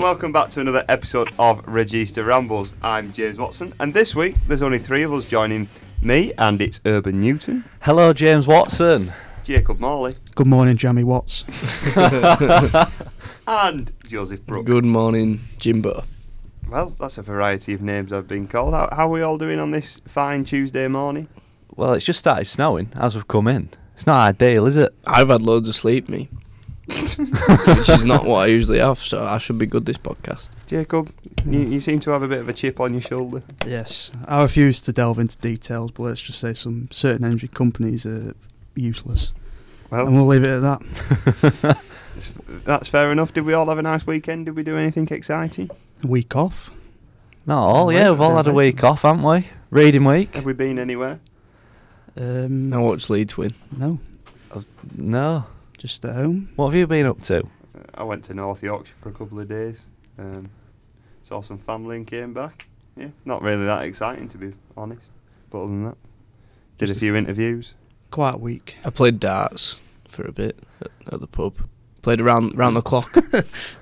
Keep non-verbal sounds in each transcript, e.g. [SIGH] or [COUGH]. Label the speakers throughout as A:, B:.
A: welcome back to another episode of Register Rambles. I'm James Watson, and this week there's only three of us joining me, and it's Urban Newton,
B: Hello, James Watson.
A: Jacob Morley,
C: Good morning, Jamie Watts.
A: and Joseph Brook.
D: Good morning, Jimbo.
A: Well, that's a variety of names I've been called. How, how are we all doing on this fine Tuesday morning?
B: Well, it's just started snowing as we've come in. It's not ideal, is it?
D: I've had loads of sleep, me, [LAUGHS] which is not what I usually have, so I should be good this podcast.
A: Jacob, you, you seem to have a bit of a chip on your shoulder.
C: Yes, I refuse to delve into details, but let's just say some certain energy companies are useless, and
A: Well,
C: we'll leave it at that.
A: that's- that's fair enough. Did we all have a nice weekend? Did we do anything exciting?
C: Week off.
B: Not all,
C: Right,
B: yeah. We've all
C: okay,
B: had a
C: right.
B: week off, haven't we? Reading week.
A: Have we been anywhere?
C: Um,
D: Now watch Leeds win.
C: no,
B: No.
C: just at home.
B: What have you been up to?
A: Uh, I went to North Yorkshire for a couple of days. Um, saw some family and came back. Yeah, not really that exciting to be honest. But other than that, did a
D: Just a-
A: few interviews.
C: Quite weak.
D: I played darts for a bit at, at the pub. Played around round
A: [LAUGHS]
D: the clock.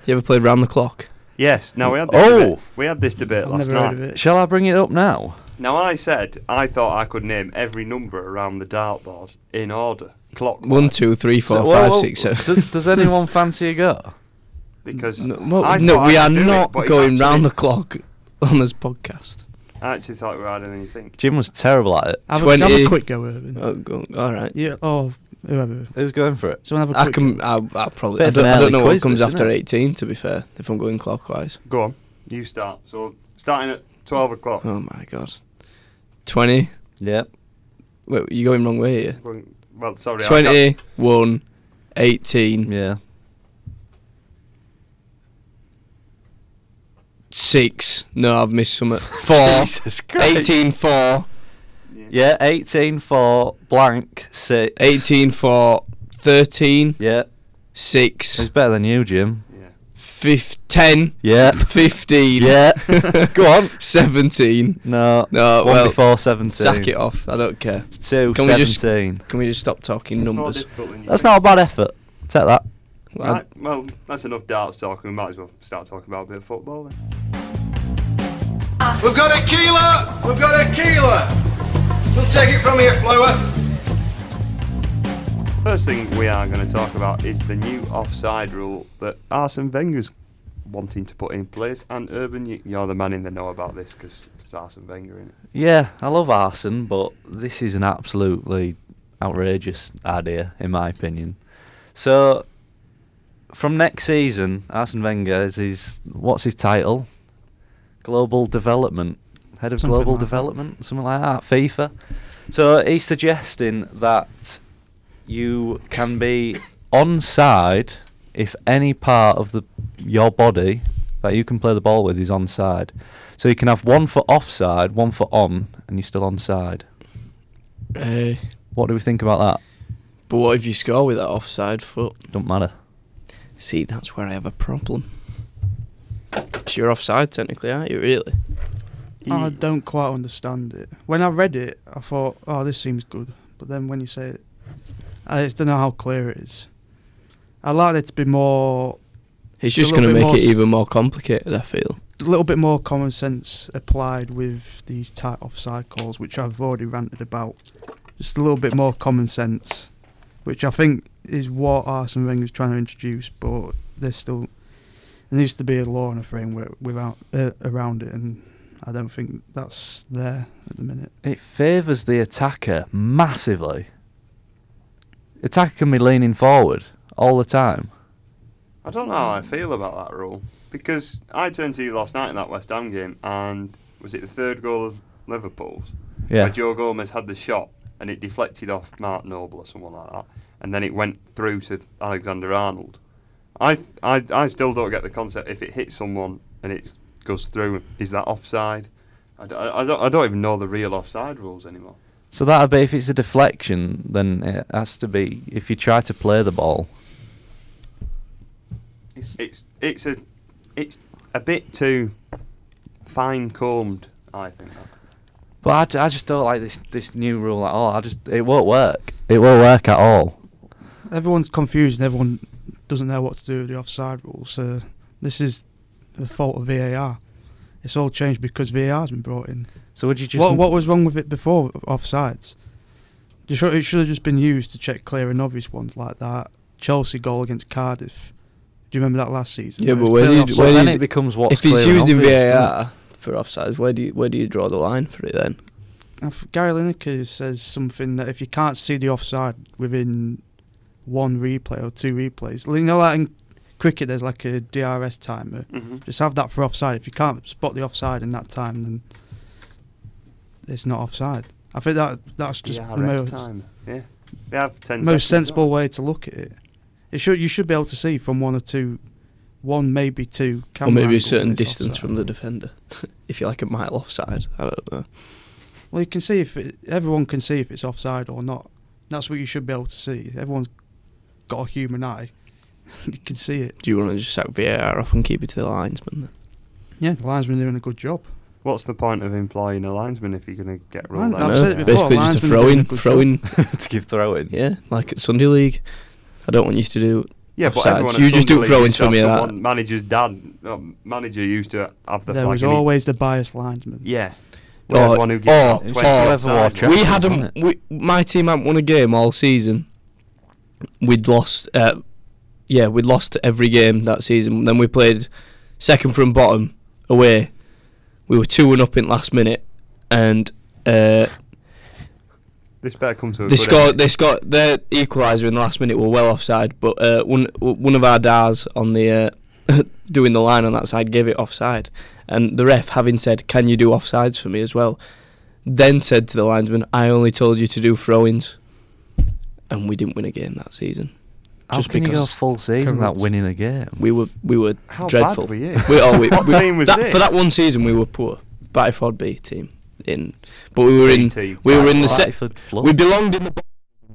D: you ever played round the clock?
A: Yes. Now we had this
B: Oh!
A: debate. we had this debate
C: I've
A: last
C: never heard
A: night.
C: of it.
B: Shall I bring it up now?
A: Now I said I thought I could name every number around the dartboard in order, clockwise.
D: One, two, three,
B: So-
D: four,
B: whoa,
D: five,
B: whoa,
D: six, seven.
B: Does, does anyone fancy a go?
A: Because
D: [LAUGHS] no,
A: I
D: no,
A: thought
D: we
A: I
D: are
A: could do it,
D: not
A: but it's
D: going round the
A: actually-
D: clock [LAUGHS] on this podcast.
A: I actually thought we were harder than you think.
B: Jim was terrible at it.
C: Have a, have a
D: 20.
C: quick go, Urban.
D: Oh, go, all right.
C: yeah, or whoever.
B: Who's going for it?
C: So have a quick.
D: I can. I, I probably.
B: Bit
D: I
B: of an
D: don't, I
B: early
D: don't know what
B: quiz,
D: comes
B: this,
D: after
B: isn't it?
D: eighteen. To be fair, if I'm going clockwise.
A: Go on, you start. So starting at twelve o'clock.
D: Oh my god. Twenty.
B: Yep.
D: Wait, you're going wrong way here.
A: Going- Well, sorry. I can't-
D: 21, 18,
B: Yeah.
D: 6. No, I've missed
B: [LAUGHS]
D: some. 4, 18, 4,
B: Yeah, 18 for blank, 6.
D: 18, 4, 13,
B: Yeah.
D: 6,
B: He's better than you, Jim.
A: Yeah.
D: fif- 10,
B: Yeah.
D: 15, [LAUGHS]
B: Yeah. Go on.
D: 17.
B: No.
D: No,
B: One
D: well,
B: before 17.
D: sack it off. I don't care.
B: Two,
D: Can we just-
B: 17.
D: Can we just stop talking
A: It's more
D: numbers?
A: difficult than you
B: That's
A: think.
B: not a bad effort. Take that.
D: I-
A: Right, well, that's enough darts talking. We might as well start talking about a bit of football then.
E: We've got a keeler! We've got a keeler! We'll take it from here, Flower.
A: First thing we are going to talk about is the new offside rule that Arsene Wenger's wanting to put in place. And Urban, you- you're the man in the know about this because it's Arsene Wenger in it.
B: Yeah, I love arson, but this is an absolutely outrageous idea, in my opinion. So, from next season, Arsene Wenger is his, what's his title? Global Development. Head of
C: Something
B: Global
C: like that.
B: Development, something like that, FIFA. So, he's suggesting that you can be onside if any part of the your body that you can play the ball with is onside. So you can have one for offside, one for on, and you're still onside.
D: Eh,
B: What do we think about that?
D: but what if you score with that offside foot?
B: Don't matter.
D: See, that's where I have a problem. 'Cause you're offside, technically, aren't you, really?
C: I Oh, don't quite understand it. When I read it, I thought, "Oh, this seems good," but then when you say it, I just don't know how clear it is. I like it to be more It's
D: It's
C: a
D: just going to
C: little bit
D: make
C: more
D: it
C: s-
D: even more complicated, I feel.
C: a little bit more common sense applied with these tight offside calls, which I've already ranted about. Just a little bit more common sense, which I think is what Arsene Wenger's trying to introduce, but there's still there needs to be a law and a framework without uh, around it, and I don't think that's there at the minute.
B: It favours the attacker massively. Attacker can be leaning forward all the time.
A: I don't know how I feel about that rule because I turned to you last night in that West Ham game and was it the third goal of Liverpool's?
B: Yeah.
A: Where Joe Gomez had the shot and it deflected off Mark Noble or someone like that, and then it went through to Alexander Arnold. I I I still don't get the concept. If it hits someone and it goes through, is that offside? I, d- I- I don't I don't even know the real offside rules anymore.
B: So that'd be if it's a deflection, then it has to be if you try to play the ball.
A: It's it's it's a it's a bit too fine combed. I think. That.
B: But I, ju- I just don't like this this new rule at all. I just it won't work. It won't work at all.
C: Everyone's confused and everyone doesn't know what to do with the offside rule, so this is the fault of VAR. It's all changed because VAR's been brought in.
B: So would you just
C: what what was wrong with it before offsides? It should, it should have just been used to check clear and obvious ones like that Chelsea goal against Cardiff. Do you remember that last season?
D: Yeah,
C: It was
D: but where
C: clearly
D: did-
C: offside.
B: so
D: where
B: then
D: you-
B: it becomes what's
D: if it's
B: clear and
D: used in
B: obvious, doesn't it?
D: VAR for offsides, where do you where do you draw the line for it then?
C: If Gary Lineker says something that if you can't see the offside within one replay or two replays, you know, like in cricket, there's like a DRS timer.
A: hmm
C: Just have that for offside. If you can't spot the offside in that time, then it's not offside. I think that that's just the most,
A: time. Yeah, they have ten.
C: most
A: seconds,
C: sensible
A: don't
C: way to look at it. It should you should be able to see from one or two, one maybe two.
D: Or
C: camera
D: maybe a
C: angles
D: certain
C: when it's
D: distance
C: offside.
D: from the defender. [LAUGHS] if you're like a mile offside, I don't know.
C: Well, you can see if it, everyone can see if it's offside or not. That's what you should be able to see. Everyone's got a human eye. [LAUGHS] you can see it.
D: Do you want to just sack VAR off and keep it to the linesman? Then?
C: Yeah, the linesman doing a good job.
A: they? What's the point of employing a linesman if you're going to get
C: Line-
A: ruled
C: I've
A: out?
D: I
C: said it before,
D: Basically, just a
C: linesmen
D: throw
C: doing a
D: in,
C: good
D: throw
C: job.
D: in.
B: to give throw in.
D: Yeah, like at Sunday League. I don't want you to do.
A: Yeah, but
D: Offsides.
A: everyone at
D: You just do
A: Sunderland
D: throw-ins
A: used to
D: for
A: have
D: me,
A: the
D: that.
A: one Manager's dad, no, manager used to have the
C: there
A: flag.
C: was
A: and he-
C: always the biased linesman.
A: yeah.
D: Or-
A: Or, one who gives
D: or-
A: out 20
D: or-
A: offsides.
B: or-
D: Oh, we
B: Champions,
D: hadn't.
B: wasn't
D: We, my team hadn't won a game all season. We'd lost. Uh, yeah, we'd lost every game that season. Then we played second from bottom away. We were two and up in last minute, and uh,
A: This better come to a
D: they
A: good
D: scored.
A: end.
D: They scored their equaliser in the last minute. Were well offside, but uh, one one of our dars on the uh, [LAUGHS] doing the line on that side gave it offside, and the ref, having said, "Can you do offsides for me as well?" then said to the linesman, "I only told you to do throw-ins," and we didn't win a game that season.
B: How
D: Just
B: can you go
D: because
B: full season without
C: corrupt.
B: winning a game?
D: we were we were
A: How
D: dreadful.
A: bad were you?
D: We, oh, we,
A: what
D: we-
A: team was
D: that,
A: this?
D: for that one season? We were poor. Battleford B team in, but we were in.
A: BT.
D: We were in the set.
B: Bradford flood.
D: We belonged in the. bottom,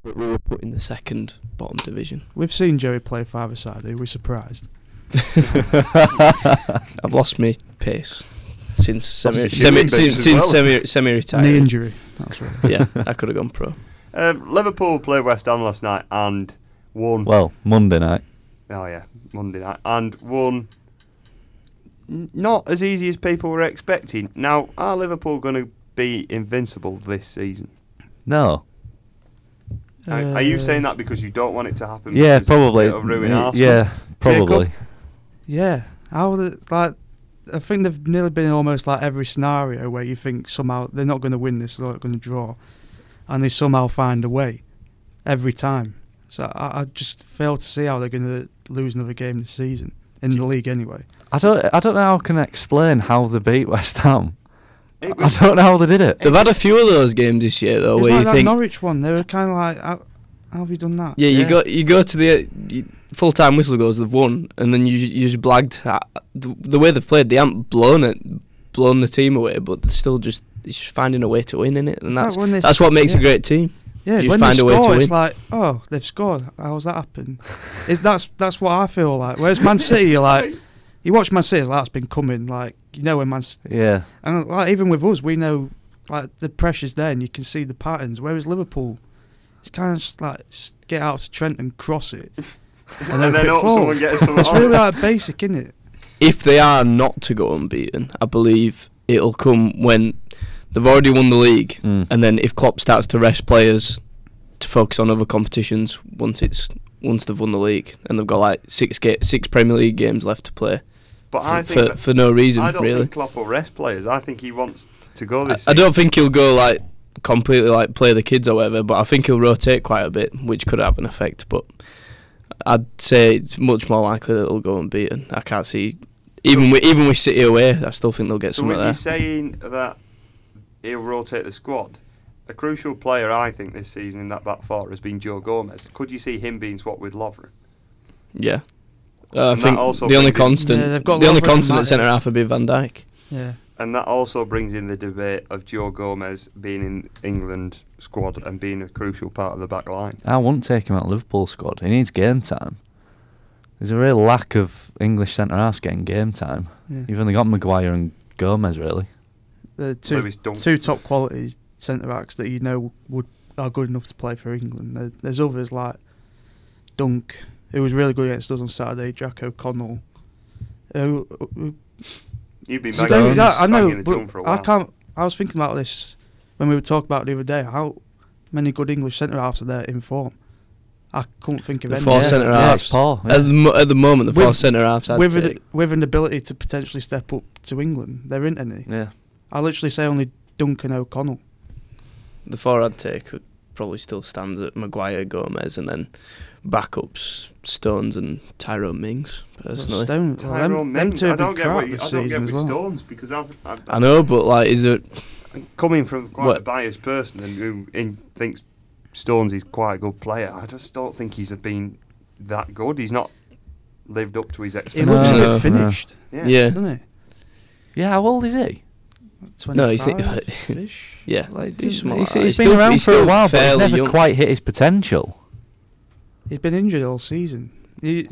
D: But we were put in the second bottom division.
C: We've seen Jerry play five aside. Are we surprised?
D: [LAUGHS] I've lost my pace since
A: Lost
D: semi
A: your
D: semi
A: shooting boots
D: since,
A: as well.
D: since semi semi
C: Knee
D: retired.
C: injury. That's right.
D: yeah, I could have gone pro.
A: Um, Liverpool played West Ham last night and won.
B: well, Monday night.
A: oh yeah, Monday night and won. n- Not as easy as people were expecting. Now, are Liverpool going to be invincible this season?
B: No.
A: Are- are
C: Uh,
A: you saying that because you don't want it to happen?
B: Yeah,
A: because it'll-
B: probably.
A: It'll ruin
B: Y-
A: Arsenal.
B: yeah, probably.
C: Yeah. How the- like? I think they've nearly been almost like every scenario where you think somehow they're not going to win this, they're not going to draw, and they somehow find a way every time. So I, I just fail to see how they're going to lose another game this season in the league anyway.
B: I don't. I don't know how I can explain how they beat West Ham.
A: It
B: I
A: was-
B: don't know how they did it.
D: [LAUGHS] They've had a few of those games this year though,
C: it was
D: where
C: like
D: Oh, you
C: that
D: think,
C: Norwich one. They were kind of like, how, how have you done that?
D: yeah, you
B: Yeah.
D: go you go to the full time whistle goes, they've won, and then you you just blagged at the, the way they've played. They haven't blown it, blown the team away, but they're still just it's just finding a way to win in it, and
C: It's like
D: that's
C: when they
D: that's
C: s-
D: what makes
C: yeah.
D: a great team.
C: Yeah,
D: You
C: when
D: find
C: they
D: a way to
C: score, it's
D: win.
C: like, oh, they've scored. How's that happen? [LAUGHS] It's that's that's what I feel like. Whereas
A: [LAUGHS]
C: Man City, you're like, you watch Man City, like, that's been coming. Like you know when Man, C-
B: Yeah.
C: and like even with us, we know like the pressures there, and you can see the patterns. Whereas Liverpool, it's kind of just like just get out to Trent and
A: [LAUGHS]
C: cross it,
A: And then hope someone gets someone
C: It's
A: on.
C: really like basic, is it?
D: if they are not to go unbeaten, I believe it'll come when they've already won the league,
B: Mm.
D: and then if Klopp starts to rest players to focus on other competitions once it's once they've won the league and they've got like six ga- six Premier League games left to play
A: But
D: for,
A: I think
D: for,
A: that-
D: for no reason
A: I don't
D: really.
A: think Klopp will rest players. I think he wants to go
D: I,
A: this.
D: I
A: season.
D: don't think he'll go like completely like play the kids or whatever, but I think he'll rotate quite a bit, which could have an effect. But I'd say it's much more likely that they'll go unbeaten. I can't see. Even with even with City away, I still think they'll get
A: So
D: some
A: when
D: of
A: you're
D: that.
A: saying that he'll rotate the squad, a crucial player I think this season in that back four has been Joe Gomez. Could you see him being swapped with Lovren?
D: Yeah. Uh,
A: And
D: I
A: that
D: think
A: also
D: the only
A: brings in-
D: constant,
C: Yeah, they've got
D: the only
C: Lovren and
D: constant at
C: Matic.
D: centre half would be Van Dijk.
C: Yeah,
A: And that also brings in the debate of Joe Gomez being in England squad and being a crucial part of the back line.
C: Uh,
B: I wouldn't take him out of Liverpool squad. He needs game time. There's a real lack of English centre halves getting game time.
C: yeah.
B: You've only got Maguire and Gomez really.
C: the two
A: Lewis Dunk.
C: two top qualities centre backs that you know would are good enough to play for England. There, there's others like Dunk, who was really good against us on Saturday. Jack O'Connell, who, who
A: You've been
C: So
B: back
A: banging,
B: on
C: don't- yeah, I
A: banging
C: know,
A: the drum
C: but
A: for a while.
C: I can't. I was thinking about this when we were talking about it the other day. How many good English centre halves are there in form? I couldn't think of
D: The
C: any.
D: four
B: Yeah,
D: centre
B: yeah,
D: halves.
B: it's poor, yeah.
D: At, the, mo- at the moment, the four
C: With-
D: centre halves. I'd
C: with an,
D: take.
C: with an ability to potentially step up to England. There isn't any.
B: Yeah.
C: I literally say only Duncan O'Connell.
D: the four I'd take would probably still stands at Maguire, Gomez, and then backups Stones and Tyrone Mings. Personally,
C: Stone, well, them,
A: Tyrone
C: them
A: Mings.
C: two
A: I
C: have
A: don't
C: been
A: get what
C: crap
A: you, I
C: this
A: don't get
C: season as
A: with
C: well.
A: Stones because I've, I've,
D: I know, but like, is there?
A: coming from quite a
D: What-
A: biased person and who in, thinks Stones is quite a good player. I just don't think he's been that good. He's not lived up to his
C: He
A: expectations.
C: looks a
D: No,
C: bit
D: no.
C: finished,
D: Yeah,
C: doesn't
B: Yeah, how old is he?
C: he?
D: No, he's the-
C: 25-ish?
D: yeah.
B: Like,
D: do
B: he's,
D: something
B: he's-
D: like that.
B: he's
D: He's
B: been
D: still-
B: around
D: he's
B: for a
D: still
B: while, but he's
D: fairly
B: never
D: young.
B: quite hit his potential.
C: He's been injured all season. He,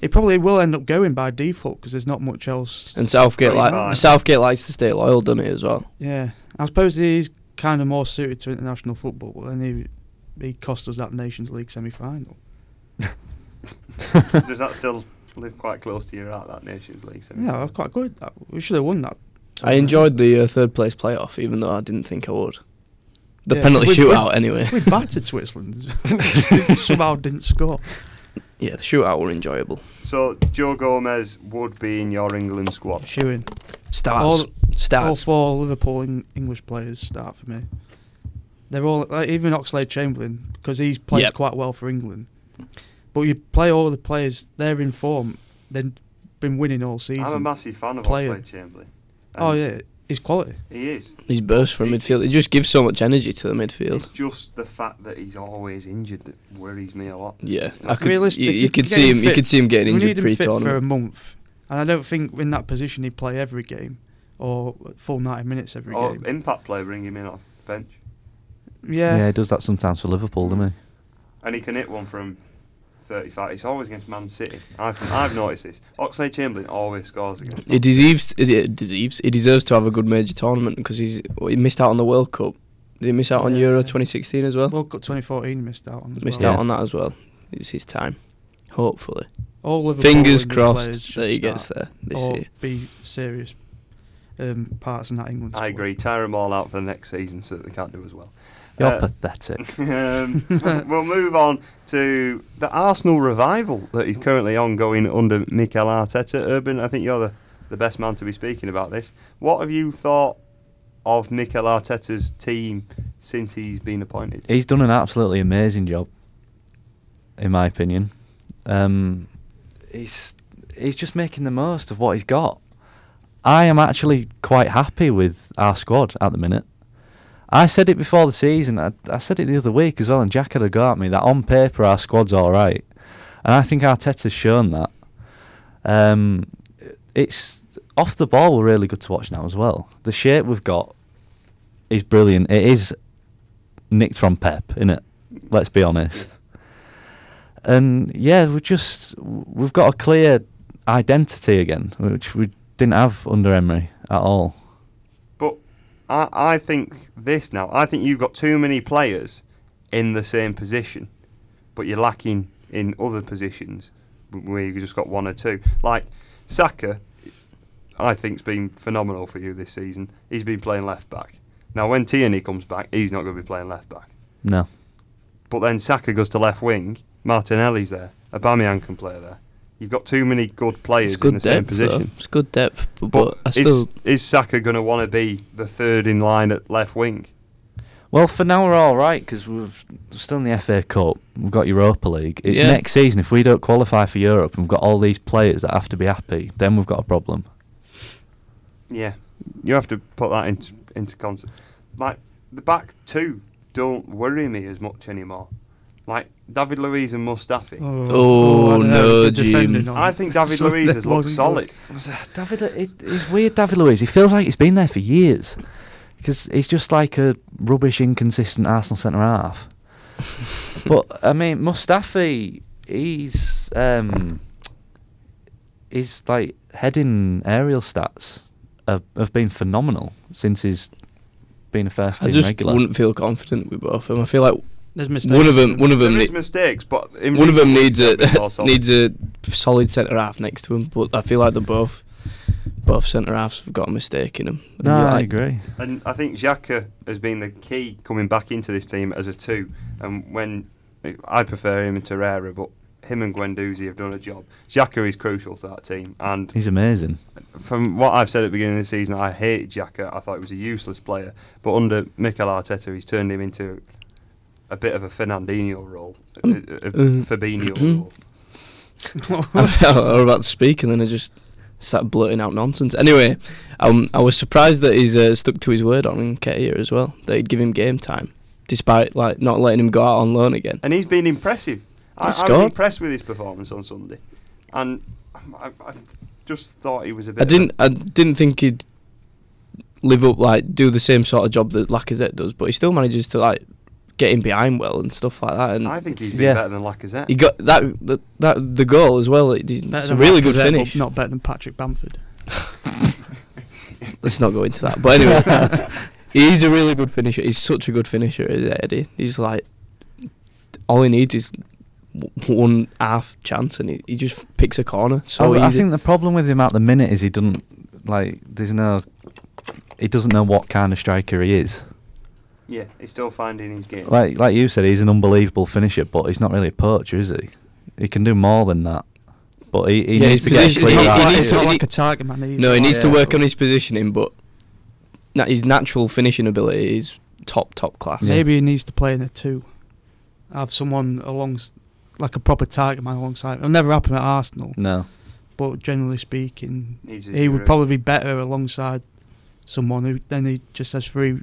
C: he probably will end up going by default because there's not much else.
D: And Southgate, like
A: Twenty-five.
D: Southgate, likes to stay loyal, doesn't he? As well.
C: yeah, I suppose he's kind of more suited to international football, but then he, he cost us that Nations League semi-final.
A: Does that still live quite close to your heart, that Nations League?
C: Yeah, that was quite good. That- We should have won that.
D: I enjoyed the uh, third place playoff, even though I didn't think I would. The
C: Yeah,
D: penalty
C: we- we-
D: shootout, anyway.
C: We battered Switzerland. [LAUGHS] We just didn't- somehow didn't score.
D: [LAUGHS] yeah, the shootout were enjoyable.
A: So Joe Gomez would be in your England squad.
C: Shooing.
D: Stars,
C: All- All
D: stars.
C: four Liverpool en- English players start for me. They're all like, even Oxlade Chamberlain because he's played
D: Yep.
C: quite well for England. But you play all the players; they're in form. They've been winning all season.
A: I'm a massive fan of
C: Player.
A: Oxlade Chamberlain.
C: oh
A: And
C: yeah, he's quality.
A: he is.
D: He's burst from midfield. It just gives so much energy to the
A: It's
D: midfield.
A: just the fact that he's always injured that worries me a lot.
D: Yeah, I
A: That's
D: could,
C: realistic.
D: you,
C: If
D: you
C: you
D: could
C: get
D: see
C: him
D: him. You
C: fit,
D: could see him
C: we
D: getting
C: need
D: injured
C: him fit for a
D: pre-tournament.
C: month, and I don't think in that position he'd play every game or full ninety minutes every
A: Or
C: game.
A: Oh, impact player, bring him in off bench,
C: Yeah,
B: Yeah. he does that sometimes for Liverpool, doesn't he?
A: and he can hit one from 35. It's always against Man City. I've I've noticed this. Oxlade Chamberlain always scores against.
D: He
A: Man
D: deserves. It, it deserves. He deserves to have a good major tournament because he's he missed out on the World Cup. Did he miss out on
C: Yeah.
D: Euro 2016 as well?
C: World Cup 2014 he missed out on. as
D: missed
C: well.
D: out on that as well. It's his time. Hopefully,
C: All Liverpool
D: fingers
C: English players
D: crossed
C: should
D: that he
C: start.
D: gets there this
C: or
D: year.
C: be serious um, parts in that England
A: I
C: squad.
A: agree. Tire them all out for the next season so that they can't do as well.
B: You're
A: Uh, [LAUGHS]
B: pathetic.
A: um, we'll move on to the Arsenal revival that is currently ongoing under Mikel Arteta. Urban, I think you're the, the best man to be speaking about this. What have you thought of Mikel Arteta's team since he's been appointed?
B: He's done an absolutely amazing job, in my opinion. Um, he's he's just making the most of what he's got. I am actually quite happy with our squad at the minute. I said it before the season. I, I said it the other week as well, and Jack had a go at me that on paper our squad's all right, and I think Arteta's shown that. Um, it's off the ball. We're really good to watch now as well. The shape we've got is brilliant. It is nicked from Pep, innit? Let's be honest. And yeah, we just we've got a clear identity again, which we didn't have under Emery at all.
A: But I, I think this now. I think you've got too many players in the same position, but you're lacking in other positions w- where you've just got one or two. Like Saka, I think's been phenomenal for you this season. He's been playing left back. Now when Tierney comes back, he's not going to be playing left back.
B: No.
A: But then Saka goes to left wing. Martinelli's there. Aubameyang can play there. You've got too many good players
D: It's good
A: in the same
D: depth.
A: position.
D: though. It's good depth, but,
A: But
D: but I
A: is, [LAUGHS]
D: still.
A: is Saka going to want to be the third in line at left wing?
B: Well, for now we're all right because we've we're still in the FA Cup. We've got Europa League. It's
D: Yeah.
B: next season if we don't qualify for Europe and we've got all these players that have to be happy, then we've got a problem.
A: Yeah, you have to put that into into concept. Like the back two don't worry me as much anymore. Like David Luiz and Mustafi.
C: I
D: Oh,
C: don't know,
D: no,
C: the defending
D: Jim.
C: on-
A: I think David
C: so
A: Luiz
C: that
A: has looked
C: wasn't
A: solid.
B: David, Lu- it, it's weird. David Luiz. He feels like he's been there for years because he's just like a rubbish, inconsistent Arsenal centre half.
D: [LAUGHS]
B: but I mean, Mustafi, he's um, his like heading aerial stats have, have been phenomenal since he's been a first
D: I
B: team
D: just
B: regular.
D: wouldn't feel confident with both of them. I feel like
C: There's mistakes.
D: one of them, one of
A: There
D: them,
A: is
D: ne-
A: mistakes, but in
D: one of them
A: recent
D: [LAUGHS] needs
A: weeks
D: a
A: they've been more solid.
D: needs a solid centre half next to him. But I feel like they're both both centre halves have got a mistake in them.
B: No, I agree.
A: And I think Xhaka has been the key coming back into this team as a two. And when I prefer him and Torreira, but him and Guendouzi have done a job. Xhaka is crucial to that team. And
B: He's amazing.
A: from what I've said at the beginning of the season, I hated Xhaka. I thought he was a useless player. But under Mikel Arteta, he's turned him into a bit of a Fernandinho role,
D: Um,
A: a, a
D: uh,
A: a Fabinho
D: mm-hmm.
A: role.
D: [LAUGHS] I was about to speak, and then I just started blurting out nonsense. Anyway, um, I was surprised that he's uh, stuck to his word on Nketiah as well. That he'd give him game time, despite like not letting him go out on loan again.
A: And he's been impressive. I,
D: He's
A: I was
D: scored.
A: impressed with his performance on Sunday. And I, I just thought he was a bit.
D: I
A: of a-
D: didn't. I didn't think he'd live up like do the same sort of job that Lacazette does, but he still manages to like get in behind well and stuff like that. And
A: I think he's been
B: Yeah.
A: better than Lacazette.
D: he got that that, that the goal as well. It, it's a really good finish.
F: Not better than Patrick Bamford.
D: Let's not go into that.
B: [LAUGHS]
D: But anyway, he's a really good finisher. He's such a good finisher, is Eddie. He's like all he needs is w- one half chance, and he, he just picks a corner. So
B: I, I
D: easy.
B: think the problem with him at the minute is he doesn't like. There's no. He doesn't know what kind of striker he is.
A: yeah, he's still finding his game.
B: Like like you said, he's an unbelievable finisher, but he's not really a poacher, is he? He can do more than that. But he, he
D: Yeah,
B: needs
D: his
B: to get
D: position-
B: clear
D: he- he
B: out.
D: needs
C: it's
D: to-
C: not
D: he
C: like
D: need-
C: a target man. either.
D: No, he needs to
B: yeah.
D: work on his positioning, but na- his natural finishing ability is top top class.
B: Yeah.
C: Maybe he needs to play in a two. Have someone along, like a proper target man alongside. It'll never happen at Arsenal,
B: No.
C: but generally speaking,
A: Needs a
C: he would
A: Euro.
C: probably be better alongside someone who then he just has free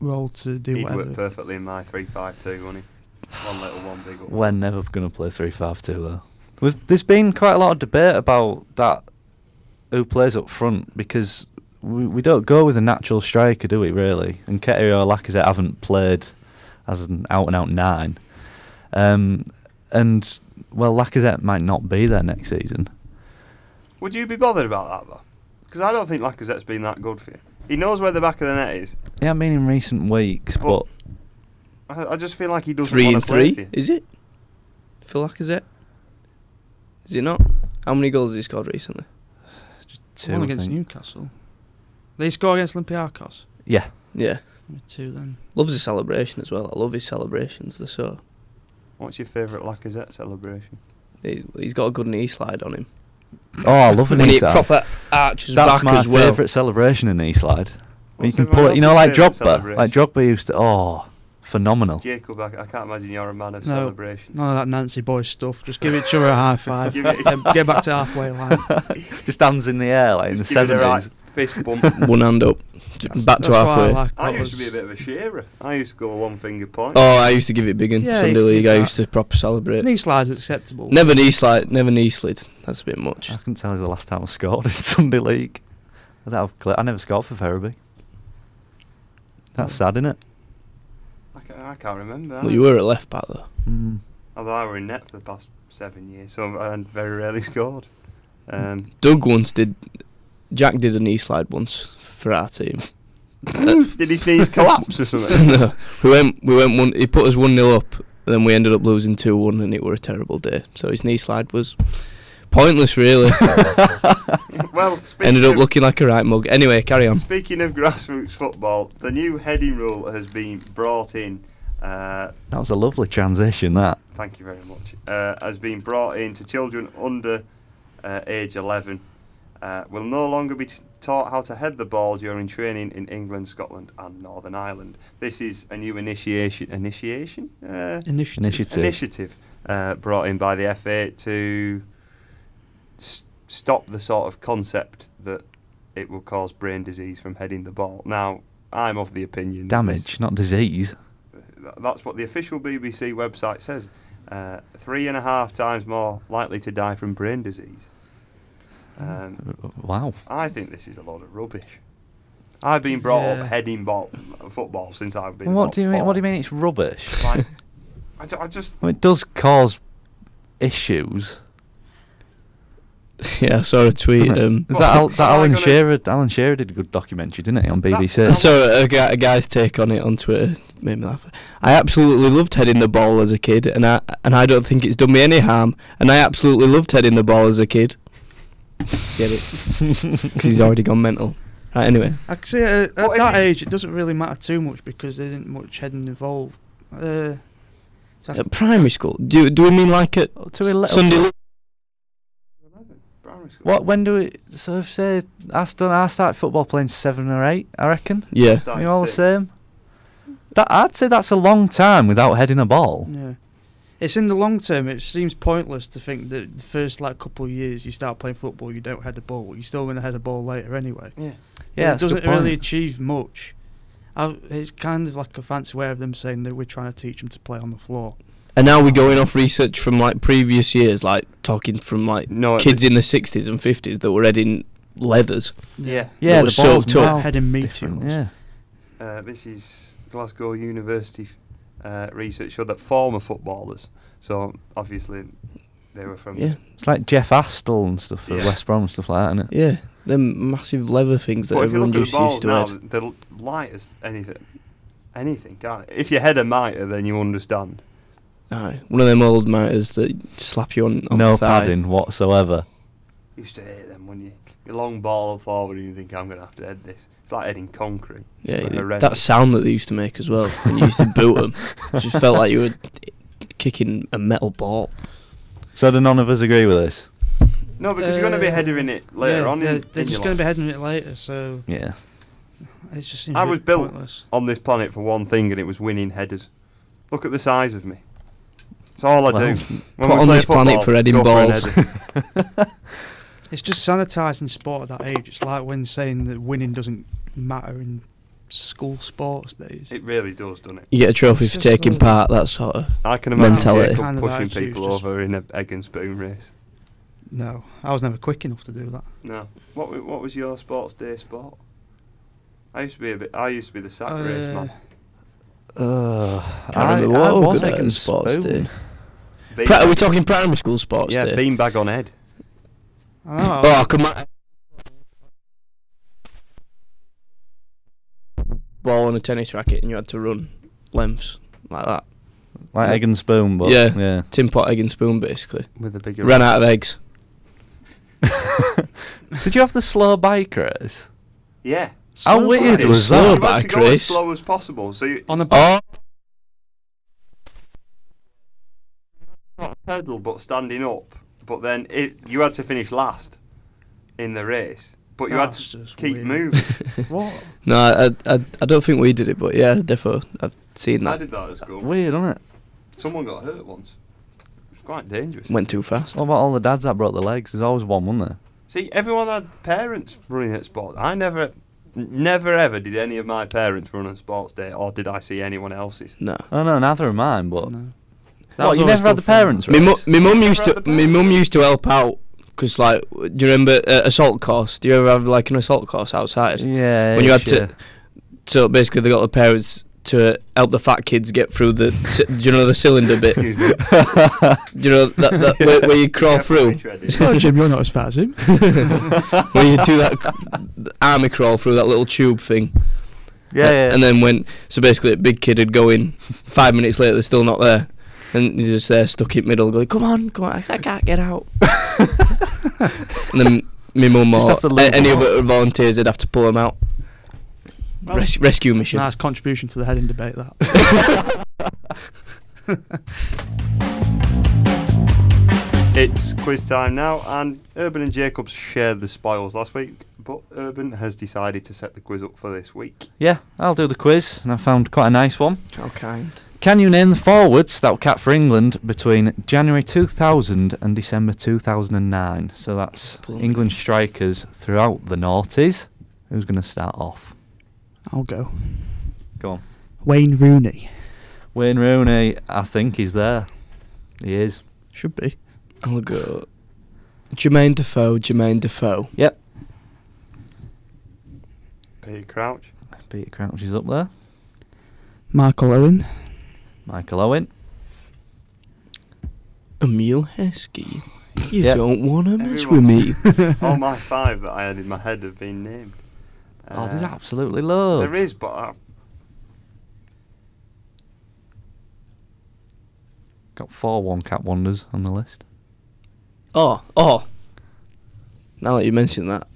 C: role to do
A: He'd work
C: whatever.
A: perfectly in my three-five-two, wouldn't he? One little, one big one.
B: We're never going to play three-five-two though. Was, there's been quite a lot of debate about that, who plays up front, because we, we don't go with a natural striker, do we, really? And Ketia or Lacazette haven't played as an out and out nine. Um, and, well, Lacazette might not be there next season.
A: Would you be bothered about that, though? Because I don't think Lacazette's been that good for you. He knows where the back of the net is.
B: Yeah, I mean, in recent weeks, but
A: Well, I, I just feel like he doesn't
D: Three
A: want
D: and
A: to play
D: three,
A: for you.
D: is it? For Lacazette, is it not? How many goals has he scored recently?
B: two,
C: One
B: I
C: against
B: think.
C: Newcastle. They score against Olympiacos.
B: Yeah.
D: Yeah,
C: Only Two then.
D: loves his celebration as well. I love his celebrations. They're so
A: What's your favourite Lacazette celebration?
D: he, he's got a good knee slide on him.
B: Oh, I
D: [LAUGHS]
B: love an
D: And he
B: East side.
D: proper arches
B: That's
D: back
B: my
D: as well.
B: favourite celebration in East side. When you
A: What's
B: can
A: everyone
B: pull it, you know,
A: else's
B: like
A: favourite
B: Drogba. Like
A: celebration?
B: Drogba used to, oh,
A: [LAUGHS]
B: phenomenal.
A: Jacob, I, I can't imagine you're a man of
C: No.
A: celebration.
C: None of that Nancy boy stuff. Just give each other a high five.
A: Give it-
C: Then get back to halfway line.
B: [LAUGHS] Just hands in the air, like in the
A: Just give you
B: seventies.
A: right fist
B: [LAUGHS]
A: bump.
D: [LAUGHS] One hand up, j-
C: That's-
D: back to
C: that's what I
D: halfway.
C: like.
A: I
C: That
A: used to
C: was-
A: be a bit of a shearer. I used to go one finger point.
D: Oh, I used to give it big in
C: Yeah, he
D: Sunday
C: did
D: league. I
C: that.
D: used to proper celebrate.
C: Knee slides are acceptable.
D: Never knee slide, never knee slid. That's a bit much.
B: I couldn't tell you the last time I scored [LAUGHS] in Sunday league. I don't have cl- I never scored for Ferriby. That's sad, isn't it?
A: I, ca- I can't remember.
D: Well, you were at left back though.
B: [LAUGHS] Mm.
A: Although I were in net for the past seven years, so I very rarely [LAUGHS] scored. Um,
D: Doug once did. Jack did a knee slide once for our team.
A: [LAUGHS] did his knees collapse or something?
D: [LAUGHS] no, we went. We went one. He put us one 0 up, and then we ended up losing two one, and it were a terrible day. So his knee slide was
A: [LAUGHS]
D: pointless, really.
A: well, speaking
D: ended up
A: of-
D: looking like a right mug. Anyway, carry on.
A: Speaking of grassroots football, the new heading rule has been brought in. Uh,
B: That was a lovely transition. That
A: thank you very much. Uh, has been brought in to children under uh, age 11. Uh, will no longer be t- taught how to head the ball during training in England, Scotland, and Northern Ireland. This is a new initiation. Initiation? Uh,
C: Initiative.
B: initiative.
A: initiative uh, brought in by the FA to s- stop the sort of concept that it will cause brain disease from heading the ball. Now, I'm of the opinion that
B: Damage, not disease.
A: this- th- that's what the official BBC website says. Uh, three and a half times more likely to die from brain disease. Um,
B: R- Wow.
A: I think this is a lot of rubbish. I've been brought
C: Yeah.
A: up heading ball football since I've been.
B: What
A: about
B: do you mean? What do
A: four.
B: you mean? It's rubbish. [LAUGHS]
A: Like, I, d- I just
B: Well, it does cause issues.
D: [LAUGHS] yeah, I saw a
B: [LAUGHS]
D: tweet.
B: doesn't it?
D: Um,
B: Is
A: Well,
B: that Al- that
A: am I
B: Alan
A: gonna-
B: Shearer? Alan Shearer did a good documentary, didn't he, on BBC?
A: that-
D: I saw a, guy, a guy's take on it on Twitter. Made me laugh. I absolutely loved heading the ball as a kid, and I and I don't think it's done me any harm. And I absolutely loved heading the ball as a kid. [LAUGHS] Get it?
B: [LAUGHS]
D: Because he's already gone mental. Right. Anyway,
C: I can see at, at
A: What if
C: that
A: it-
C: age, it doesn't really matter too much because there isn't much heading involved. Uh, that's-
D: at primary school. Do do we mean like at
B: Up To ele-
D: Sunday?
B: Up
D: li-
B: to, what? When do we? So if say I start, I start football playing seven or eight. I reckon.
D: Yeah.
A: Started
B: You're all the
A: six.
B: same. That I'd say that's a long time without heading a ball.
C: Yeah. It's in the long term. It seems pointless to think that the first like couple of years you start playing football, you don't head a ball. You're still going to head a ball later anyway.
A: Yeah.
B: Yeah,
C: it
B: that's a good
C: doesn't really
B: point.
C: achieve much. I, it's kind of like a fancy way of them saying that we're trying to teach them to play on the floor.
D: And now we're going off research from like previous years, like talking from like
A: No, it-
D: kids in the 60s and 50s that were heading leathers.
A: Yeah.
B: Yeah,
D: was
B: the
D: so
B: ball's
D: tough.
B: miles
C: Heading
B: different,
C: meteors.
B: Yeah.
A: Uh, this is Glasgow University uh, research showed that former footballers, so obviously they were from
D: Yeah.
B: It's like Jeff Astle and stuff for
A: Yeah.
B: West Brom and stuff like that, isn't it?
D: Yeah. Them massive leather things that
A: But if you
D: everyone
A: look at the
D: used,
A: balls
D: used to
A: now,
D: have.
A: they're l- light as anything. Anything, can't it? If you head a mitre, then you understand.
D: Aye. One of them old miters that slap you on, on
B: no
D: the thigh.
B: padding whatsoever.
A: You used to hate them when you your long ball forward and you think I'm going to have to head this. It's like heading concrete.
D: Yeah,
A: Like
D: yeah.
A: horrendous.
D: that sound that they used to make as well when you used to
A: [LAUGHS]
D: boot them. just felt like you were kicking a metal ball.
B: So do none of us agree with this?
A: No, because you're going to be
C: Uh,
A: heading it later
C: yeah,
A: on.
C: They're,
A: in,
C: they're
A: in
C: just
A: your
C: going to be
A: life.
C: heading it later, so
B: Yeah.
C: it just seems
A: I
C: really
A: was built-
C: pointless.
A: on this planet for one thing, and it was winning headers. Look at the size of me. It's all I
B: Well,
D: [LAUGHS]
A: do. When
D: put
A: we
D: on
A: play
D: this planet
A: football,
D: for heading
A: go for an
D: balls.
A: header. [LAUGHS]
C: It's just sanitising sport at that age. It's like when saying that winning doesn't matter in school sports days.
A: it really does, doesn't it?
D: [LAUGHS] You get a trophy
C: It's
D: for
C: just
D: taking
C: a-
D: part, that sort of.
A: I can imagine
D: Mentality.
A: Jacob
C: Kind of
A: pushing
C: attitude,
A: people
C: just-
A: over in a egg and spoon race.
C: No, I was never quick enough to do that.
A: No. What wa- what was your sports day sport? I used to be a bit. I used to be the sack race man.
B: Uh,
D: Can't remember what we did in sports day.
A: Bean-
D: Pri- are we talking primary school sports?
A: yeah,
D: day?
A: beanbag on head.
C: I know, I was-
D: Oh, come on. Ball on a tennis racket and you had to run lengths like that.
B: Like egg and spoon, but
D: Yeah.
B: yeah.
D: Tin pot, egg and spoon, basically.
A: With a bigger.
D: Ran out of eggs.
B: Did you have the slow bike race?
A: Yeah.
B: How
C: Slow
B: weird
A: Right,
D: was
A: it's-
D: that?
A: You
D: Back
A: had to go as
D: race.
A: slow as possible. So you,
C: On a
A: it's
D: Oh,
A: not a pedal, but standing up. But then it, you had to finish last in the race. But you
C: That's
A: had to
C: just
A: keep
C: weird.
D: [LAUGHS]
A: moving.
C: [LAUGHS] What?
D: no, I, I, I don't think we did it, but yeah, defo. I've seen
A: I
D: that.
A: did that at school.
B: Weird, isn't it?
A: Someone got hurt once. It was quite dangerous.
D: Went too fast.
B: What about all the dads that broke their legs? There's always one, wasn't there?
A: See, everyone had parents running at sports. I never, n- never ever did any of my parents run on sports day, or did I see anyone else's. [LAUGHS]
D: No.
B: Oh no, neither of mine. But
C: No. That
B: what
C: was
B: you
C: always
B: never had the
C: good fun. [LAUGHS]
B: parents
D: My,
B: race?
D: mu- my mum
A: Never
D: used to
A: had the
D: my
A: ball.
D: mum used to help out because like w- do you remember uh, assault course? Do you ever have like an assault course outside?
B: yeah.
D: when you had
B: sure.
D: to so basically they got the parents to help the fat kids get through the [LAUGHS] si- do you know the cylinder bit [LAUGHS] do
A: Excuse me.
D: you know that, that where, where you crawl
A: Definitely
D: through
A: treaded.
D: [LAUGHS]
C: Jim, you're not as fat as him.
D: when you do that c- army crawl through that little tube thing
B: Yeah, [LAUGHS]
D: Uh,
B: yeah.
D: and then when so basically a big kid would go in five minutes later they're still not there and he's just there stuck in middle going come on come on I I can't
B: [LAUGHS]
D: get out and then my mum
B: Just
D: or
B: have to
D: a-
B: leave
D: any
B: them
D: of
B: out.
D: the volunteers would have to pull him out
A: Well-
D: Res- rescue mission
C: Nice contribution to the heading debate, [LAUGHS] that.
A: It's quiz time now, and Urban and Jacobs shared the spoils last week, but Urban has decided to set the quiz up for this week.
B: [LAUGHS] yeah, I'll do the quiz, and I found quite a nice one.
D: how kind
B: Can you name the forwards that were capped for England between January 2000 and December 2009? So that's
D: Blimey.
B: England strikers throughout the noughties. Who's going to start off?
C: I'll go.
B: Go on.
C: Wayne Rooney.
B: Wayne Rooney, I think he's there. He is.
C: Should be.
D: I'll go Jermaine Defoe Jermaine Defoe
B: Yep.
A: Peter Crouch,
B: Peter Crouch is up there.
C: Michael Owen.
B: Michael Owen.
D: Emil Heskey you
B: Yep.
D: don't want to mess with
A: Everyone.
D: me
B: [LAUGHS]
A: [LAUGHS] all
D: [LAUGHS]
A: my five that I had in my head have been named.
B: oh, there's
A: Uh,
B: absolutely loads.
A: There is, but uh, I,
B: Got four one cap wonders on the list.
D: oh oh Now that you mention that,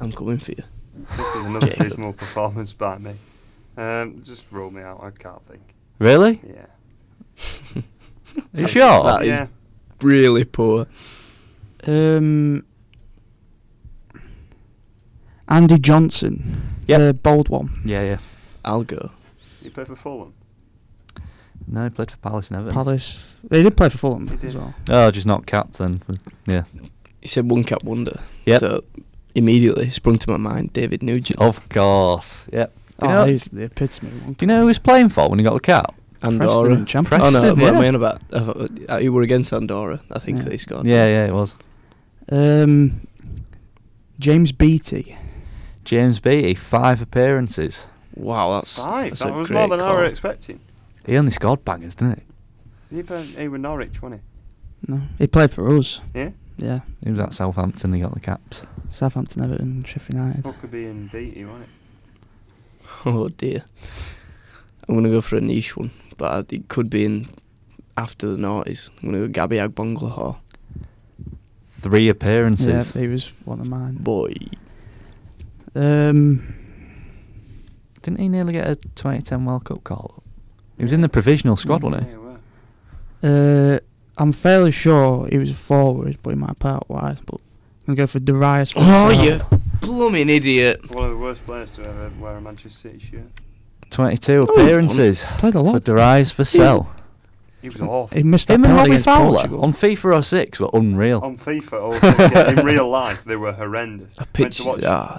D: I'm coming for you.
A: This is another
D: Jacob.
A: dismal performance by me. Um, just roll me out. I can't think.
B: Really?
A: Yeah. [LAUGHS]
B: Are you sure?
D: That is-
A: yeah.
D: Really poor.
C: Um, Andy Johnson.
B: Yep.
C: The bold one.
B: Yeah, yeah.
D: I'll go.
A: You play for Fulham.
B: No, he played for Palace and Everton.
C: Palace. They did play for
A: He
C: Fulham
A: did.
C: as well.
B: Oh, just not captain. Yeah.
D: You said one cap wonder.
B: Yep.
D: So immediately sprung to my mind David Nugent
B: Of course. Yep. Do you,
C: oh,
B: know, do
C: he's the epitome. of one.
B: you know who he was playing for when he got the cap?
D: and
C: Preston
D: Andorra.
C: and Champions.
D: oh no,
B: Preston,
D: what am I
B: yeah.
D: on about? Uh, uh, You were against Andorra. I think
C: Yeah.
D: they scored.
B: Yeah, yeah, it was.
C: Um, James Beattie.
B: James Beattie, five appearances.
D: Wow, that's
A: Five.
D: That's
A: that
D: a
A: was
D: great
A: more than I
D: call.
A: were expecting.
B: He only scored bangers, didn't he?
A: He, played, he was Norwich, wasn't
C: No, he played for us.
A: he? Yeah.
C: Yeah,
B: He was at Southampton, he got the caps.
C: Southampton, Everton, Sheffield United.
B: Oh,
A: Huckabee and Beattie, wasn't it?
D: [LAUGHS] Oh dear. I'm gonna go for a niche one, but it could be in after the noughties. I'm gonna go Gabby Agbonglahor.
B: Three
C: Yeah,
B: appearances.
C: he was one of mine.
D: Boy,
C: Um,
B: Didn't he nearly get a 2010 World Cup call up? He was in the provisional squad, wasn't
A: Yeah,
B: he?
A: were.
C: uh, I'm fairly sure he was a forward, but he might play out wide. But I'm going to go for Darius.
D: Oh,
C: Vassell.
D: you blooming idiot!
A: One of the worst players to ever wear a Manchester City shirt.
B: 22
D: he
B: appearances.
C: Played a
B: For
C: lot.
B: Darius Vassell.
A: He was awful.
C: He missed that
B: Him and
C: penalty
B: Robbie
C: against
B: Fowler
C: Portugal.
B: on FIFA 06 were unreal.
A: On FIFA, also, yeah, in real life, they
B: [LAUGHS]
A: were horrendous.
D: A
A: Went to
D: picture.
A: watch-
D: Ah,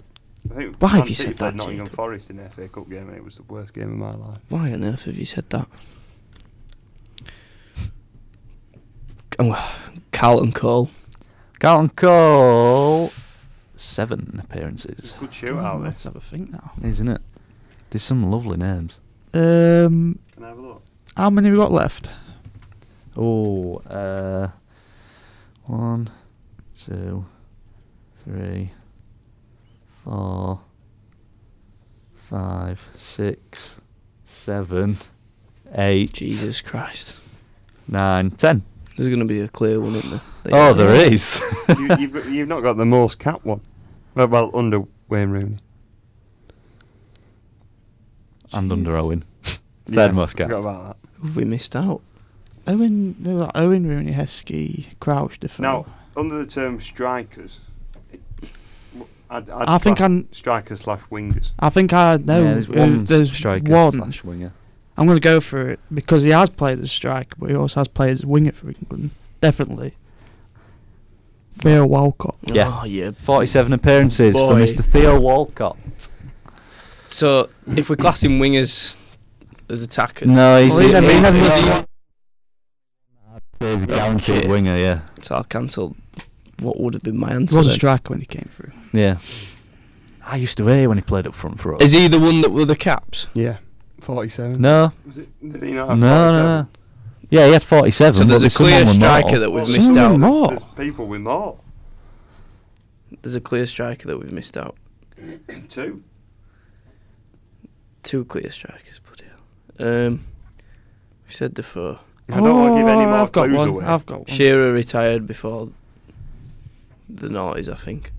A: I think
D: Why have
A: Man
D: you
A: City
D: said
A: played
D: that,
A: Nottingham
D: Jacob?
A: Forest in the FA Cup game, and it was the worst game of my life.
D: why on earth have you said that? Oh, Carlton Cole.
B: Carlton Cole, seven
A: It's
B: appearances,
A: a good
C: Oh,
A: shootout.
C: let's
A: this.
C: have a think now.
B: isn't it? There's some lovely names.
C: Um,
A: Can I have a look?
C: how many we got left?
B: Oh, uh, one, two, three, four, five, six, seven, eight,
D: Jesus Christ.
B: nine, ten.
D: There's gonna be a clear one, isn't there?
B: Oh, there is.
A: [LAUGHS] you, you've, got, you've not got the most cap one. Well, well under Wayne Rooney.
B: and under
A: [LAUGHS]
B: Owen. Third
A: Yeah,
B: most
A: forgot
B: capped.
A: about
D: Have we missed out?
C: Owen, no, like Owen Rooney, Heskey, Crouch, Defoe.
A: that. Now, under the term strikers, it, I'd, I'd
C: I think
A: class
C: I'm-
A: striker slash wingers.
C: I think I know.
B: yeah, there's
C: uh,
B: one
C: there's
B: striker
C: one.
B: slash winger.
C: I'm going to go for it because he has played as striker, but he also has played as winger for England. Definitely. Theo Walcott.
B: Yeah.
D: Oh, yeah.
B: 47 appearances for
D: Boy.
B: Mr. Theo Walcott.
D: So if we're classing wingers as attackers,
B: No, he's
C: Well, he's
B: the-
C: never- he
B: he's
C: never
B: the-
C: missed one.
B: He's the guaranteed winger, yeah.
D: So I'll cancel what would have been my
C: He
D: answer.
C: was a
D: then.
C: striker when he came through.
B: Yeah. I used to hear when he played up front for us.
D: Is he the one that were the caps?
A: Yeah, 47.
B: No.
A: Was it, did he not
B: No,
A: have
B: no, no. Yeah, he had 47.
D: So
B: but
D: there's a
B: someone
D: clear
B: with more.
D: striker that we've missed
C: Someone
D: out.
C: more. no.
A: There's people with more.
D: There's a clear striker that we've missed out.
A: Two.
D: Two clear strikers, bloody hell. Um, we said Defoe.
A: I don't want to give any more
C: Oh, I've got
A: clues
C: one.
A: away.
C: I've got one.
D: Shearer retired before the noughties, I think.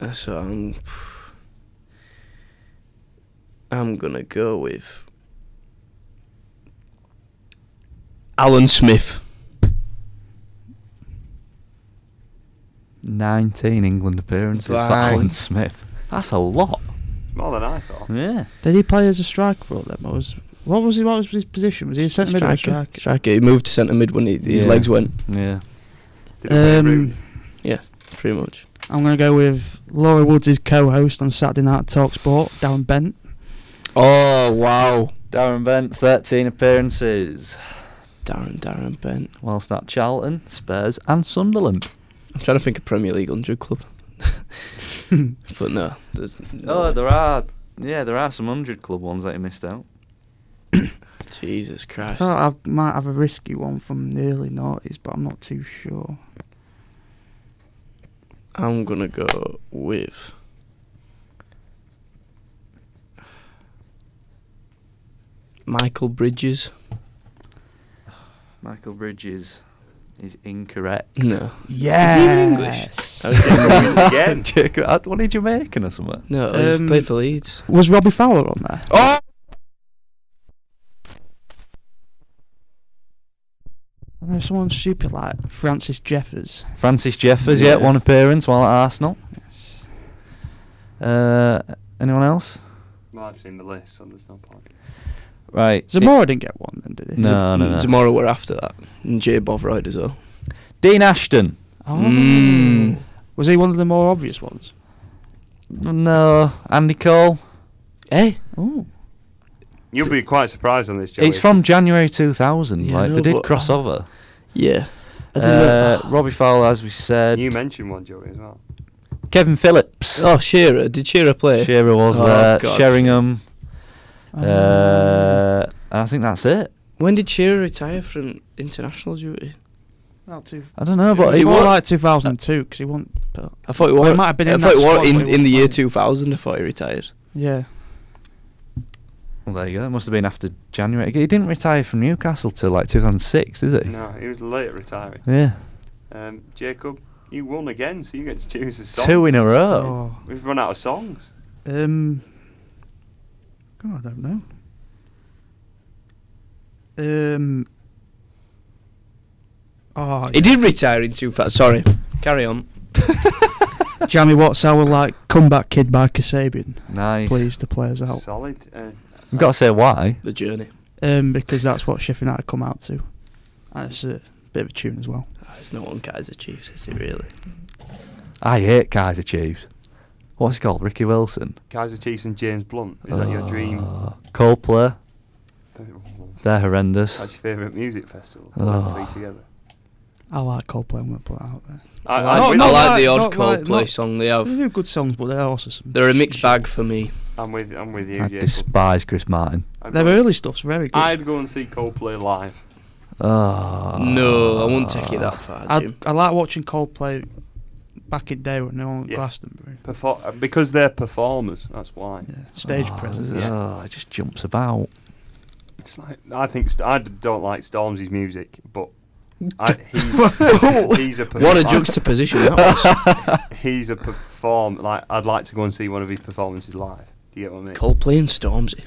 D: Uh, So I'm, I'm gonna go with Alan Smith.
B: 19 England appearances for
D: Right.
B: Alan Smith. That's a lot.
A: More than I thought.
B: Yeah.
C: Did he play as a striker for all them? Or was, what was he? What was his position? Was he a centre mid or a striker? Mm.
D: Striker. He moved to centre mid when he, his
B: Yeah.
D: legs went.
B: Yeah.
A: Did he play
C: Um,
A: Rooney?
D: Pretty much.
C: I'm going to go with Laura Woods' his co-host on Saturday Night Talk Sport, Darren Bent.
D: Oh wow,
B: Darren Bent, 13 appearances.
D: Darren, Darren Bent.
B: Whilst at Charlton, Spurs, and Sunderland.
D: I'm trying to think of Premier League hundred club, but no. There's no
B: Oh,
D: way.
B: there are. Yeah, there are some 100 club ones that he missed out.
D: Jesus
C: I
D: Christ.
C: thought I might have a risky one from the early noughties, but I'm not too sure.
D: I'm gonna go with. Michael Bridges.
B: Michael Bridges. is incorrect. [LAUGHS]
D: No.
C: Yes.
D: Is he even English?
A: Okay.
D: [LAUGHS]
A: Again.
B: Jacob- I- wasn't he Jamaican or something?
D: No,
C: Um,
D: he's played for Leeds.
C: Was Robbie Fowler on there?
D: Oh!
C: And there's someone stupid like Francis Jeffers.
B: Francis Jeffers, yeah,
D: Yeah.
B: one appearance while at Arsenal.
C: Yes.
B: Uh, anyone else?
A: No, I've seen the list, so there's no point.
B: Right.
C: Zamora didn't get one then, did he?
B: No. no.
D: Tomorrow we're after that. And J Bob Royd as well.
B: Dean Ashton.
C: Oh. Hmm.
D: Mm.
C: Was he one of the more obvious ones?
B: No. Andy Cole.
D: Eh?
C: Oh.
A: You'll be quite surprised on this, Joey.
B: It's from January 2000.
D: Yeah, I
B: like
D: know,
B: they did
D: but-
B: cross over.
D: Yeah. I didn't
B: Uh,
D: know-
B: Robbie Fowler, as we said.
A: Uh, You mentioned one, Joey, as well.
B: Kevin Phillips.
D: Oh, Shearer. Did Shearer play?
B: Shearer was
D: Oh,
B: there.
D: God. Um,
B: Sheringham.
C: Oh.
B: Uh, and I think that's it.
D: When did Shearer retire from international duty?
C: Not too.
B: I don't know, but
C: he
B: it
C: won
B: was
C: like 2002 because he won. But
D: I thought he
C: Well,
D: was.
C: he might have been
D: I
C: in
D: thought
C: that
D: he
C: squad
D: was
C: when
D: in,
C: he
D: in the
C: won.
D: year 2000. I thought he retired.
C: yeah,
B: Well, there you go. It must have been after January. He didn't retire from Newcastle till like 2006, did he?
A: No, he was late retiring.
B: Yeah.
A: Um, Jacob, you won again, so you get to choose a song.
B: Two in a row.
C: Oh.
A: We've run out of songs.
C: Um. God, I don't know. Um. Oh,
D: He did retire in 2000. Sorry.
C: [LAUGHS]
D: Carry on.
C: Jamie Watts, I would like comeback kid by Kasabian.
B: Nice.
C: Please, the players out.
A: Solid. Uh,
B: We've got to say why.
D: The journey.
C: Um, because that's what Sheffield United come out to. And it's a bit of a tune as well.
D: Ah, There's no one Kaiser Chiefs, is it really?
B: I hate Kaiser Chiefs. What's he called? Ricky Wilson.
A: Kaiser Chiefs and James Blunt. Is that your dream?
B: Oh. Coldplay. They're horrendous.
A: That's your favourite music festival.
B: Oh.
A: Three together.
C: I like Coldplay. I'm gonna put that out there.
A: I,
D: I,
A: I'm,
C: No,
A: with,
C: no,
D: like the
C: no,
D: odd
C: no, no,
D: Coldplay
C: no.
D: song. They
C: They
D: have.
C: do good songs, but they're also some.
D: They're a mixed bag for me.
A: I'm with. I'm with you,
B: I
A: Jacob.
B: despise Chris Martin.
A: I'd
C: Their
A: go-
C: early stuff's very good.
A: I'd go and see Coldplay live.
B: Oh.
D: no, I won't take it that far.
C: I,
D: Jim.
C: I like watching Coldplay back in day when they were on
A: Yeah.
C: Glastonbury.
A: Perfor- uh, because they're performers. That's why.
C: Yeah, stage
B: Oh,
C: presence.
B: Oh, it just jumps about.
A: It's like I think St- I d- don't like Stormzy's music, but I, he's, he's a perf-
D: [LAUGHS] what a
A: like,
D: juxtaposition that was.
A: [LAUGHS] He's a perform. Like I'd like to go and see one of his performances live. Do you get what I mean?
D: Coldplay and Stormzy.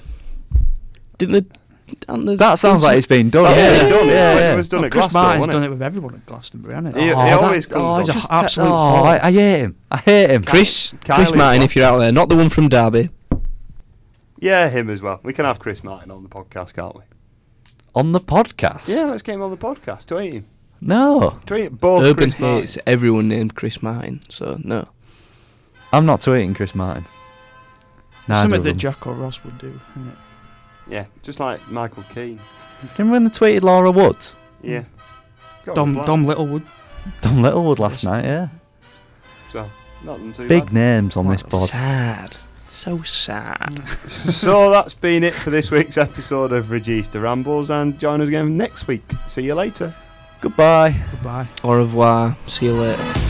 D: Didn't they? aren't they-
B: That sounds like it's been done.
A: That's
B: yeah,
A: what he's done.
B: yeah,
A: It's-
B: yeah.
A: It was done
C: Oh,
A: at
C: Chris
A: Glasgow,
C: Martin's
A: wasn't
C: done
A: it?
C: it with everyone at Glastonbury, hasn't
A: He-
C: it?
A: he
B: that's-
A: always comes
B: oh,
A: on.
B: he's a
C: Just
B: ha-
C: absolute
B: oh, I, I hate him. I hate him.
D: Chris,
A: Kylie
D: Chris Martin,
A: Clark.
D: if you're out there, not the one from Derby.
A: Yeah, him as well. We can have Chris Martin on the podcast, can't we?
B: on the podcast.
A: Yeah, let's get him on the podcast. Tweet him.
B: No,
A: Tweet him. both
D: Urban
A: Oh, Chris Martin.
D: hates everyone named Chris Martin, so no.
B: I'm not tweeting Chris Martin. Neither
C: Something
B: of
C: that
B: them.
C: Jacko Ross would do. Isn't it?
A: Yeah, just like Michael Keane.
B: Remember when they tweeted Laura Woods,
A: Yeah.
D: Mm.
A: Got
C: Dom
A: a
C: Dom Littlewood.
B: Dom Littlewood last
C: Yes.
B: night? Yeah,
A: So, nothing too
B: big
A: bad.
B: names on this pod.
D: Sad. So sad.
A: [LAUGHS] Mm. so that's been it for this week's episode of Regista Rambles, and join us again next week. See you later.
B: Goodbye.
C: Goodbye.
D: Au revoir. See you later.